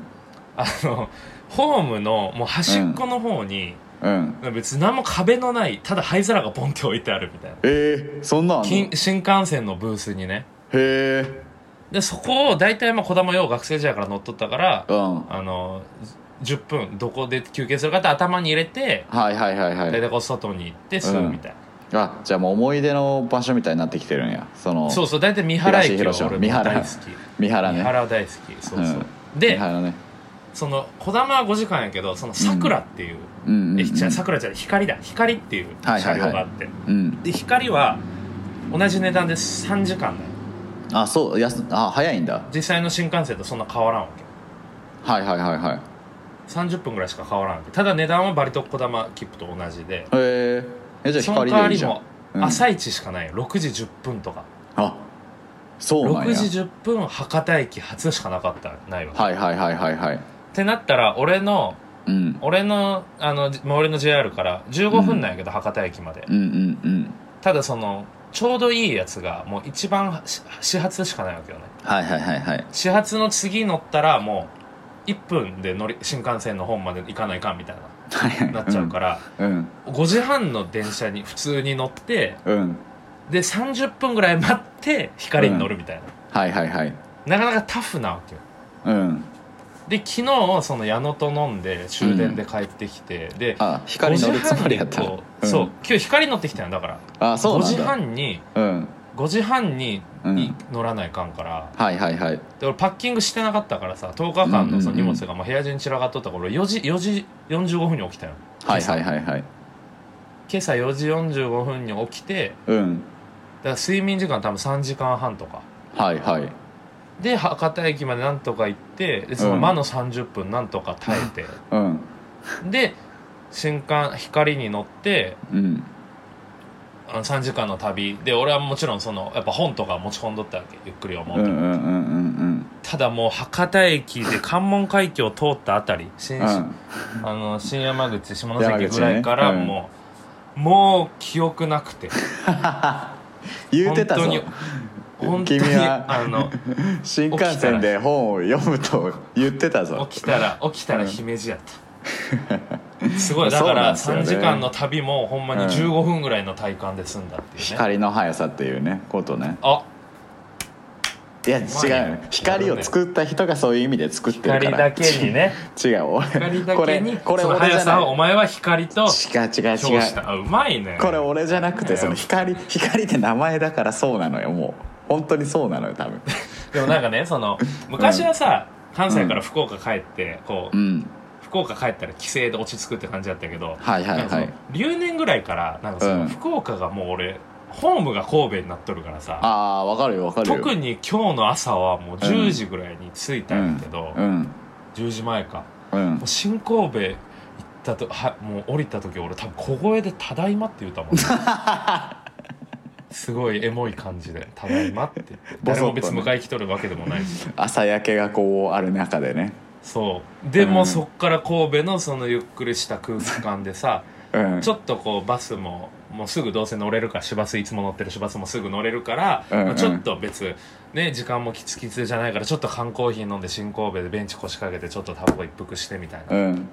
Speaker 1: あのホームのもう端っこの方に、
Speaker 2: うんうん
Speaker 1: 別に何も壁のないただ灰皿がボンって置いてあるみたいな
Speaker 2: えー、そんなんあんの
Speaker 1: 近新幹線のブースにね
Speaker 2: へえ
Speaker 1: でそこを大体まあ児玉よう学生時代から乗っとったから
Speaker 2: うんは
Speaker 1: あの10分どこで休憩するかって頭に入れて
Speaker 2: いはいはいは
Speaker 1: 大
Speaker 2: い
Speaker 1: 体こう外に行ってすぐみたいな、
Speaker 2: あじゃあもう思い出の場所みたいになってきてるんやその
Speaker 1: そうそう大体三原駅は
Speaker 2: 東広島
Speaker 1: 俺も大好き
Speaker 2: 三原ね
Speaker 1: 三原大好きそうそう、
Speaker 2: 三
Speaker 1: で
Speaker 2: 原ね
Speaker 1: その児玉は5時間やけどその桜っていう、
Speaker 2: うんうんう
Speaker 1: え
Speaker 2: ん
Speaker 1: じゃあ桜じゃない光だ光っていう
Speaker 2: はい
Speaker 1: 車
Speaker 2: はいはい
Speaker 1: 両があって、
Speaker 2: うん
Speaker 1: で光は同じ値段で3時間だよ
Speaker 2: あそうやすあ早いんだ
Speaker 1: 実際の新幹線とそんな変わらんわけ
Speaker 2: はいはいはいはいへ
Speaker 1: 30分ぐらいしか変わらんわけただ値段はバリとこだま切符と同じで
Speaker 2: ええじゃあ
Speaker 1: その
Speaker 2: 光
Speaker 1: 代わ
Speaker 2: でい
Speaker 1: り
Speaker 2: いじゃん
Speaker 1: も
Speaker 2: うん
Speaker 1: 朝一しかないよ6時10分とか
Speaker 2: あそうなん
Speaker 1: 6
Speaker 2: や
Speaker 1: 時10分博多駅発しかなかったないわ、
Speaker 2: はいはいはいはいはい
Speaker 1: ってなったら俺の
Speaker 2: うん
Speaker 1: 俺のあのじ俺の JR から15分なんやけど、博多駅まで
Speaker 2: うんうんうん
Speaker 1: ただそのちょうどいいやつがもう一番し始発しかないわけよね
Speaker 2: はいはいはいはい
Speaker 1: 始発の次乗ったらもう1分で乗り新幹線の本まで行かないかんみたい
Speaker 2: はいはい
Speaker 1: ななっちゃうから、
Speaker 2: うん
Speaker 1: 5時半の電車に普通に乗って
Speaker 2: うん
Speaker 1: で30分ぐらい待って光に乗るみたいな、
Speaker 2: はいはいはい
Speaker 1: なかなかタフなわけよ
Speaker 2: うん
Speaker 1: で昨日その矢野と飲んで終電で帰ってきて、で
Speaker 2: あ光乗るつもりやった
Speaker 1: 5時半にこうそううん今日光乗ってきたんだから
Speaker 2: あそう
Speaker 1: 5
Speaker 2: なん
Speaker 1: 時
Speaker 2: だ
Speaker 1: 半に
Speaker 2: うん
Speaker 1: 5時半に
Speaker 2: うん
Speaker 1: 乗らないかんから、
Speaker 2: はいはいはい
Speaker 1: で俺パッキングしてなかったからさ10日間のその荷物がまあ部屋中に散らかっとったから俺4時4時45分に起きたよ
Speaker 2: はいはいはいはい
Speaker 1: 今朝4時45分に起きて
Speaker 2: うん
Speaker 1: だから睡眠時間多分3時間半とか
Speaker 2: はいはい
Speaker 1: で博多駅までなんとか行ってでその間の30分なんとか耐えて、
Speaker 2: うん
Speaker 1: で新幹光に乗って
Speaker 2: うん
Speaker 1: あの3時間の旅で俺はもちろんそのやっぱ本とか持ち込んどったわけゆっくり
Speaker 2: う
Speaker 1: 思
Speaker 2: ん
Speaker 1: う
Speaker 2: う
Speaker 1: んと、
Speaker 2: うんうん
Speaker 1: ただもう博多駅で関門海峡を通ったあたり新,、
Speaker 2: うんうん
Speaker 1: あの新山口下
Speaker 2: 山
Speaker 1: 関
Speaker 2: 口ね
Speaker 1: ぐらいから
Speaker 2: うん
Speaker 1: もう、もう記憶なくて
Speaker 2: 言うてたぞ
Speaker 1: 本当に本当に
Speaker 2: 君は
Speaker 1: あの
Speaker 2: 新幹線で本を読むと言ってたぞ
Speaker 1: 起きたら起きたら姫路やった、 すごいだか
Speaker 2: そうなん
Speaker 1: ら
Speaker 2: ですよ
Speaker 1: 3
Speaker 2: ね
Speaker 1: 時間の旅もほんまに
Speaker 2: うん
Speaker 1: 15分ぐらいの体感で済んだっていうね、
Speaker 2: 光の速さっていうねことね
Speaker 1: あ
Speaker 2: いや違う
Speaker 1: まあね
Speaker 2: よ光を作った人がそういう意味で作ってる
Speaker 1: 光
Speaker 2: から
Speaker 1: だけにね
Speaker 2: 違う俺
Speaker 1: 光だ
Speaker 2: こ
Speaker 1: け
Speaker 2: れ
Speaker 1: に
Speaker 2: これ
Speaker 1: その
Speaker 2: 俺じ
Speaker 1: 速
Speaker 2: ゃ
Speaker 1: さ
Speaker 2: な
Speaker 1: をお前は光と
Speaker 2: い違う違う
Speaker 1: 評
Speaker 2: 違う
Speaker 1: したあうまいね
Speaker 2: これ俺じゃなくてその光光って名前だからそうなのよもう本当にそうなのよ多分
Speaker 1: でもなんかねその昔はさ、関西から福岡帰ってこう、
Speaker 2: うん
Speaker 1: 福岡帰ったら帰省で落ち着くって感じだったけど、
Speaker 2: はい
Speaker 1: な
Speaker 2: は
Speaker 1: ん
Speaker 2: い
Speaker 1: かそ
Speaker 2: は
Speaker 1: の
Speaker 2: い
Speaker 1: 留年ぐらいからなんかその、
Speaker 2: うん
Speaker 1: 福岡がもう俺ホームが神戸になっとるからさ
Speaker 2: ああーわかるよわかるよ
Speaker 1: 特に今日の朝はもう10時ぐらいに着いたんやけど、
Speaker 2: うん
Speaker 1: 10時前か
Speaker 2: う
Speaker 1: も
Speaker 2: ん
Speaker 1: う新神戸行ったとはもう降りた時俺多分小声で「ただいま」って言うた もんすごいエモい感じで「ただいま」って言って
Speaker 2: ボ
Speaker 1: 誰
Speaker 2: ソッと
Speaker 1: も
Speaker 2: ね
Speaker 1: 別に迎え来とるわけでもないし
Speaker 2: 朝焼けがこうある中でね
Speaker 1: そうでも
Speaker 2: うん
Speaker 1: そっから神戸のそのゆっくりした空気感でさ
Speaker 2: うん
Speaker 1: ちょっとこうバスももうすぐどうせ乗れるから市バスいつも乗ってる市バスもすぐ乗れるから、
Speaker 2: うんうん
Speaker 1: まあ、ちょっと別ね時間もキツキツじゃないからちょっと缶コーヒー飲んで新神戸でベンチ腰掛けてちょっとタバコ一服してみたいな
Speaker 2: うん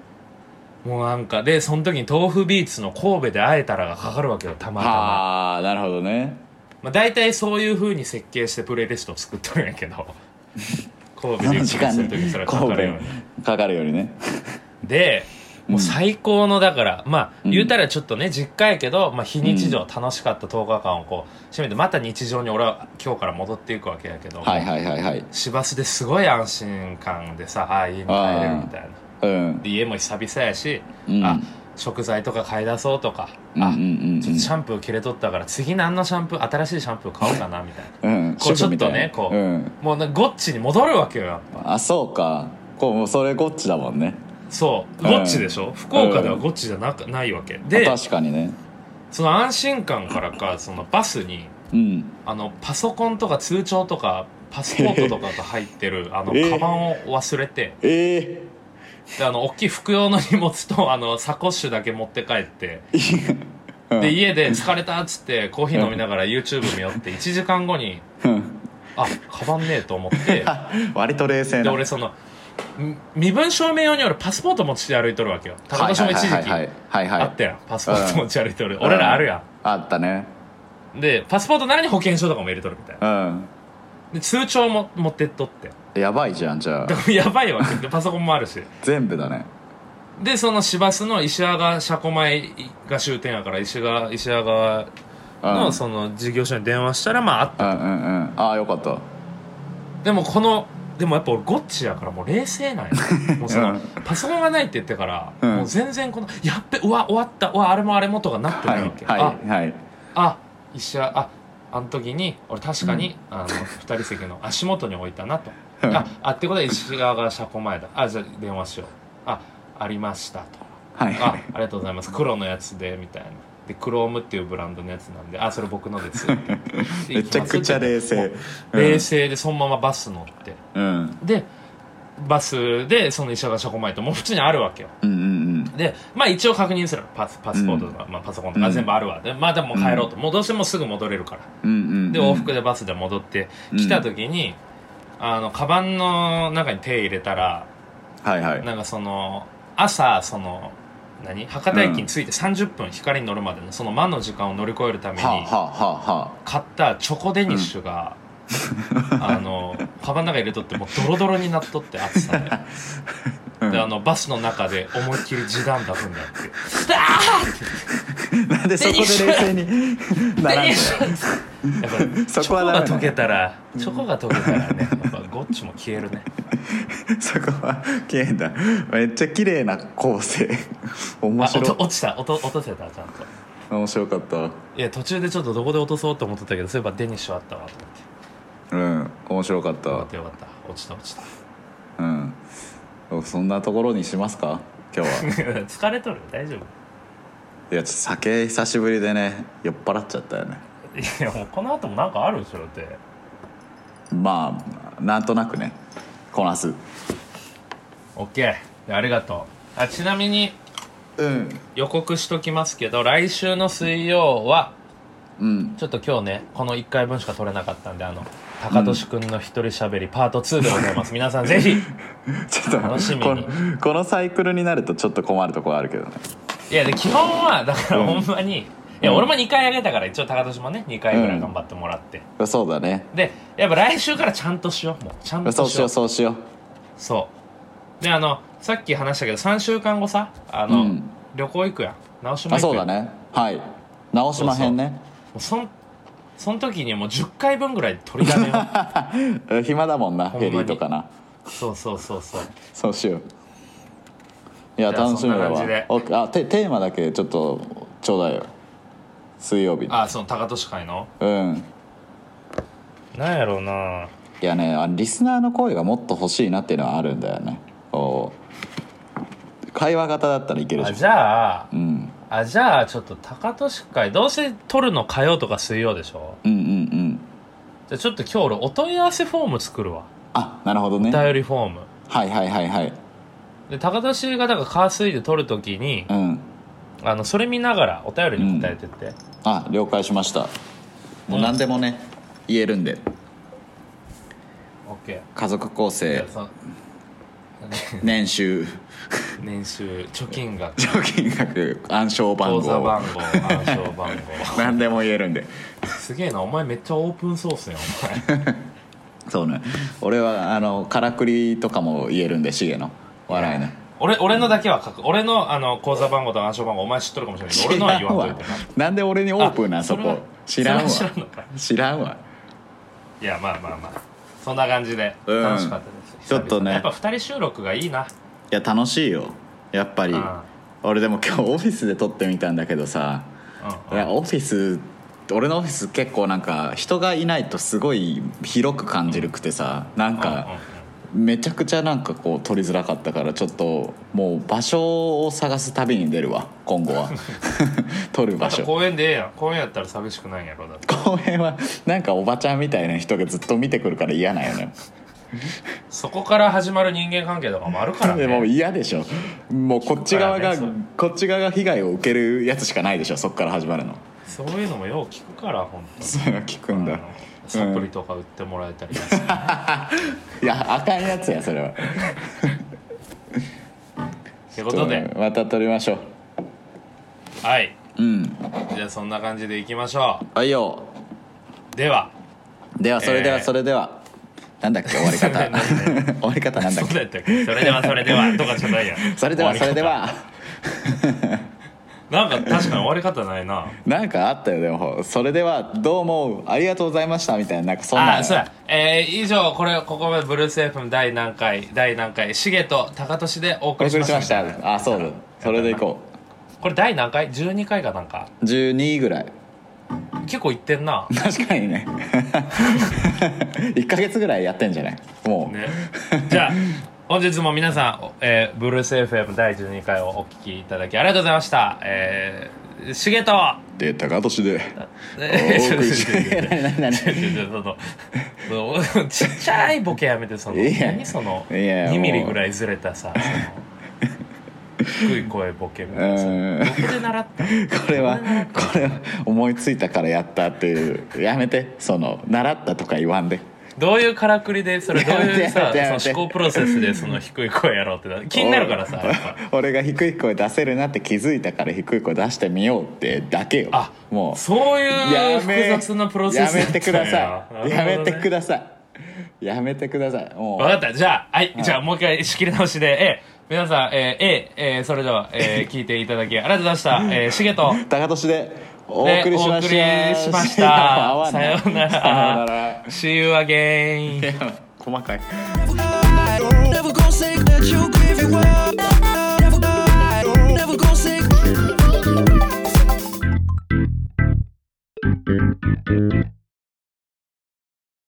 Speaker 1: もうなんかでその時に豆腐ビーツの神戸で会えたらがかかるわけよたまたま
Speaker 2: ああなるほどね
Speaker 1: まあ、大体そういう風に設計してプレイリストを作っとるんやけ ど神戸
Speaker 2: そ
Speaker 1: で
Speaker 2: の
Speaker 1: 一
Speaker 2: 時
Speaker 1: 番
Speaker 2: 間
Speaker 1: す
Speaker 2: に
Speaker 1: る時にそれは
Speaker 2: 神
Speaker 1: かかるように
Speaker 2: 戸かかるよりね
Speaker 1: でもう最高のだから、まあ
Speaker 2: うん
Speaker 1: 言うたらちょっとね実家やけど、まあ、非日常楽しかった10日間をこう締めてまた日常に俺は今日から戻っていくわけやけど、
Speaker 2: はいはいはいはい
Speaker 1: 市バスですごい安心感でさああ家に帰れるみたいな
Speaker 2: うん
Speaker 1: で家も久々やし、
Speaker 2: うん
Speaker 1: あ食材とか買い出そうとか、
Speaker 2: うんう
Speaker 1: あ
Speaker 2: ん
Speaker 1: ちょっとシャンプー切れとったから次何のシャンプー新しいシャンプー買おうかなみたいな
Speaker 2: うんうん
Speaker 1: こう
Speaker 2: 主婦みたいな
Speaker 1: ちょっとねこうんもうなゴッチに戻るわけよやっぱ
Speaker 2: あそうかこうもうそれゴッチだもんね
Speaker 1: そう
Speaker 2: うん
Speaker 1: ゴッチでしょ、福岡ではゴッチじゃなくないわけで
Speaker 2: 確かにね
Speaker 1: その安心感からかそのバスに
Speaker 2: うん
Speaker 1: あのパソコンとか通帳とかパスポートとかが入ってる あの
Speaker 2: えー
Speaker 1: カバンを忘れて
Speaker 2: ええ
Speaker 1: であの大きい服用の荷物とあのサコッシュだけ持って帰って
Speaker 2: うん
Speaker 1: で家で疲れたっつってコーヒー飲みながら YouTube 見よって1時間後に
Speaker 2: うん
Speaker 1: あカバンねえと思って
Speaker 2: 割と冷静
Speaker 1: で
Speaker 2: な
Speaker 1: 俺そのみ身分証明用に俺パスポート持ち歩いとるわけよ高田市も一時期
Speaker 2: はいはいはい
Speaker 1: あったやんパスポート持ち歩いとる俺らあるや
Speaker 2: んあったね
Speaker 1: んでパスポートならに保険証とかも入れとるみたいな
Speaker 2: うん
Speaker 1: で通帳も持ってっとって
Speaker 2: やばいじゃんじゃあ
Speaker 1: だからやばいわ けでパソコンもあるし
Speaker 2: 全部だね
Speaker 1: でその市バスの石屋が車庫前が終点やから石が石屋が
Speaker 2: うん
Speaker 1: のその事業所に電話したらまああっ
Speaker 2: うんうんうんああよかった
Speaker 1: でもこのでもやっぱ俺ゴッチやからもう冷静 なんやもうその、
Speaker 2: うん
Speaker 1: パソコンがないって言ってから、
Speaker 2: うん
Speaker 1: もう全然この「やっべうわ終わったうわあれもあれも」とかなって
Speaker 2: は
Speaker 1: ないいわけ、
Speaker 2: はいはい
Speaker 1: ああ一緒ああの時に俺確かに、あの二人席の 足元に置いたなと
Speaker 2: うん
Speaker 1: ああってことは石川が車庫前だあじゃあ電話しようあありましたと
Speaker 2: はい
Speaker 1: あありがとうござい ます黒のやつでみたいなでクロームっていうブランドのやつなんであそれ僕のですって 言ってで
Speaker 2: めちゃくちゃ冷
Speaker 1: も
Speaker 2: 静
Speaker 1: う冷静でそのままバス乗って
Speaker 2: うん
Speaker 1: でバスでその医者が車庫前ともう普通にあるわけよ
Speaker 2: うんうん
Speaker 1: でまあ一応確認するパスパスポートとか、まあ、パソコンと
Speaker 2: う
Speaker 1: か
Speaker 2: ん
Speaker 1: 全部あるわ、でまあでも帰ろうと、もうどうしてもすぐ戻れるから
Speaker 2: うんうんうん
Speaker 1: で往復でバスで戻って来た時に、あのカバンの中に手入れたら
Speaker 2: はいはい
Speaker 1: なんかその朝その何博多駅に着いて30分光に乗るまでのその間の時間を乗り越えるために
Speaker 2: はあはあはあは
Speaker 1: 買ったチョコデニッシュが、あのカバンの中に入れとってもうドロドロになっとって暑さで。
Speaker 2: あう
Speaker 1: であ
Speaker 2: ん
Speaker 1: のバスの中で思いっきり地団打踏んだって
Speaker 2: なん でそこで冷静にならんの
Speaker 1: や
Speaker 2: よ
Speaker 1: っぱりチ
Speaker 2: そ
Speaker 1: ョコ
Speaker 2: こはダメ
Speaker 1: が
Speaker 2: ね
Speaker 1: 溶けたらチョコが溶けたらねやっぱゴッチも消えるね
Speaker 2: そこは綺麗だめっちゃ綺麗な構成面
Speaker 1: あお
Speaker 2: 白
Speaker 1: と
Speaker 2: い
Speaker 1: 落ちた音落とせたちゃんと
Speaker 2: 面白かった
Speaker 1: いや途中でちょっとどこで落とそうと思ってたけどそういえばデニッシュあったわと思って
Speaker 2: うん面白かっ
Speaker 1: よかったたよかった落ちた落ちた
Speaker 2: うんそんなところにしますか今日は
Speaker 1: 疲れとる大丈夫
Speaker 2: いやちょっと酒久しぶりでね酔っ払っちゃったよね
Speaker 1: いやもうこの後もなんかあるでしょだって
Speaker 2: まあなんとなくねこなす
Speaker 1: OK ありがとうあちなみに
Speaker 2: うん
Speaker 1: 予告しときますけど来週の水曜は
Speaker 2: うん
Speaker 1: ちょっと今日ねこの1回分しか取れなかったんであの高俊くんの一人しゃべりパート2でございます、皆さんぜひ
Speaker 2: ちょっと
Speaker 1: 楽しみに
Speaker 2: このこのサイクルになるとちょっと困るところあるけどね
Speaker 1: いやで基本はだからほんまに、いや
Speaker 2: うん
Speaker 1: 俺も2回あげたから一応高俊もね2回ぐらい頑張ってもらって、
Speaker 2: そうだね
Speaker 1: でやっぱ来週からちゃんとしようもうちゃんとし
Speaker 2: そ
Speaker 1: よう
Speaker 2: うしようそうしよう
Speaker 1: そうであのさっき話したけど3週間後さあの、
Speaker 2: うん
Speaker 1: 旅行行くやん直島行くやん
Speaker 2: あそうだねはい直島編ね
Speaker 1: もうそんそん時にもう10回分ぐらい取りだめよ
Speaker 2: うん暇だもんな
Speaker 1: ほんま
Speaker 2: ヘ
Speaker 1: に
Speaker 2: リーとかな
Speaker 1: そうそうそうそう
Speaker 2: そうしよういや
Speaker 1: じゃあ
Speaker 2: 楽しみだ
Speaker 1: そんな
Speaker 2: わ
Speaker 1: 感じで
Speaker 2: オッケーあテテーマだけちょっとちょうだいよ水曜日
Speaker 1: あその高俊会の
Speaker 2: うん
Speaker 1: なんやろうない
Speaker 2: やねあリスナーの声がもっと欲しいなっていうのはあるんだよねこう会話型だったらいける
Speaker 1: あ
Speaker 2: じ
Speaker 1: じゃあ
Speaker 2: ゃん、うん、
Speaker 1: あじゃあちょっと高俊会どうせ撮るの火曜とか水曜でしょ
Speaker 2: うんうんうん
Speaker 1: じゃあちょっと今日俺お問い合わせフォーム作るわ
Speaker 2: あなるほどね
Speaker 1: お
Speaker 2: はい
Speaker 1: 便りフォーム
Speaker 2: はいはいはい
Speaker 1: で高俊がだからカースイで撮るときに
Speaker 2: うん
Speaker 1: あのそれ見ながらお便りに答えてって、
Speaker 2: あ了解しましたもう何でもね、言えるんで
Speaker 1: オッケー
Speaker 2: 家族構
Speaker 1: じゃ
Speaker 2: 成
Speaker 1: あその
Speaker 2: 年収
Speaker 1: 年収貯金額
Speaker 2: 貯金額暗証番
Speaker 1: 口座
Speaker 2: 号
Speaker 1: 番号暗証番号
Speaker 2: 何でも言えるんです
Speaker 1: げえなお前めっちゃオープンソースやんお前
Speaker 2: そうね俺はあのからくりとかも言えるんでシゲの笑いの
Speaker 1: 俺俺のだけは書く俺のあの口座番号と暗証番号お前知っとるかもしれないけど俺のは言わんといてな
Speaker 2: なんで俺にオープンな
Speaker 1: あ
Speaker 2: んそ
Speaker 1: れは
Speaker 2: こ知らんわ
Speaker 1: それは知らんのか
Speaker 2: 知らんわ
Speaker 1: いやまあまあまあそんな感じで
Speaker 2: うん
Speaker 1: 楽しかったです、
Speaker 2: ちょっと
Speaker 1: 久々
Speaker 2: ね
Speaker 1: やっぱ2人収録がいいない
Speaker 2: や楽しいよやっぱり
Speaker 1: うん
Speaker 2: 俺でも今日オフィスで撮ってみたんだけどさ
Speaker 1: うん
Speaker 2: い
Speaker 1: うん
Speaker 2: やオフィス俺のオフィス結構なんか人がいないとすごい広く感じるくてさな
Speaker 1: うん
Speaker 2: ん
Speaker 1: うん
Speaker 2: かめちゃくちゃなんかこう撮りづらかったからちょっともう場所を探す旅に出るわ 今後は撮る
Speaker 1: ま
Speaker 2: 場
Speaker 1: た
Speaker 2: 所
Speaker 1: 公園でええやん公園やったら寂しくないんやろだって
Speaker 2: 公園はなんかおばちゃんみたいな人がずっと見てくるから嫌なんよね
Speaker 1: そこから始まる人間関係とかもあるからね
Speaker 2: でも嫌でしょもうこっち側が、
Speaker 1: そうだね
Speaker 2: こっち側が被害を受けるやつしかないでしょそっから始まるの
Speaker 1: そういうのもよう聞くから本当
Speaker 2: そういうの聞くんだ
Speaker 1: あのサプリとか売ってもらえたり、
Speaker 2: いやあかんやつやそれは
Speaker 1: という ことで
Speaker 2: うんまた撮りましょう
Speaker 1: はい
Speaker 2: うん
Speaker 1: じゃあそんな感じでいきましょ
Speaker 2: はいよ
Speaker 1: うでは
Speaker 2: ではそれでは、
Speaker 1: えー
Speaker 2: それではなんだっけ終わり
Speaker 1: それ
Speaker 2: 方
Speaker 1: なんだっ
Speaker 2: 終わり方なんだ
Speaker 1: そ
Speaker 2: っ
Speaker 1: う
Speaker 2: け
Speaker 1: だったっけそれではそれではとかじゃないや
Speaker 2: それではそれでは
Speaker 1: なんか確かに終わり方ないな
Speaker 2: なんかあったよでもそれではどうもありがとうございましたみたいななんかそんな
Speaker 1: あそうだえー以上これここまでブルース FM 第何回第何回シゲと高俊でお
Speaker 2: お
Speaker 1: 送りし
Speaker 2: 送
Speaker 1: ま
Speaker 2: りし
Speaker 1: した
Speaker 2: ましたあそうだそれでいこ
Speaker 1: これ第何回 ?12 回かなんか
Speaker 2: う12ぐらい
Speaker 1: 結構いってんな
Speaker 2: 確かにね1ヶ月ぐらいやってんじゃないもう、
Speaker 1: ねじゃあ本日も皆さん、えーブルース FM 第12回をお聞きいただきありがとうございましたえー、シゲと
Speaker 2: で高年で
Speaker 1: えー
Speaker 2: お送りし
Speaker 1: ちょっとちょっとちょっと
Speaker 2: 何何
Speaker 1: ちょちょそのそのちっちゃいボケやめてその
Speaker 2: いや
Speaker 1: 何その
Speaker 2: いや
Speaker 1: 2ミリぐらいずれたさその低い声ボケみたいなさ
Speaker 2: うん
Speaker 1: どこで習った
Speaker 2: これはこれは思いついたからやったっていうやめてその習ったとか言わんで
Speaker 1: どういうからくりでそれどういう
Speaker 2: や
Speaker 1: さ
Speaker 2: めてやめて
Speaker 1: その思考プロセスでその低い声やろうってな気になるからさやっぱ
Speaker 2: お俺が低い声出せるなって気づいたから低い声出してみようってだけよ
Speaker 1: あ
Speaker 2: もう
Speaker 1: そういう複雑なプロセス
Speaker 2: やめてくださいやめてく
Speaker 1: だ
Speaker 2: ださいやめてくださいも
Speaker 1: 分か
Speaker 2: う
Speaker 1: ったじゃあはい、じゃあもう一回仕切り直しで A 皆さん、えー、A、えーそれでは、えー聞いていただきありがとうございました、えー、しげと
Speaker 2: 高年でお送りしまし
Speaker 1: でお
Speaker 2: た
Speaker 1: 送りしました
Speaker 2: いや合わん
Speaker 1: さようなら
Speaker 2: さようなら
Speaker 1: See you again
Speaker 2: 細かい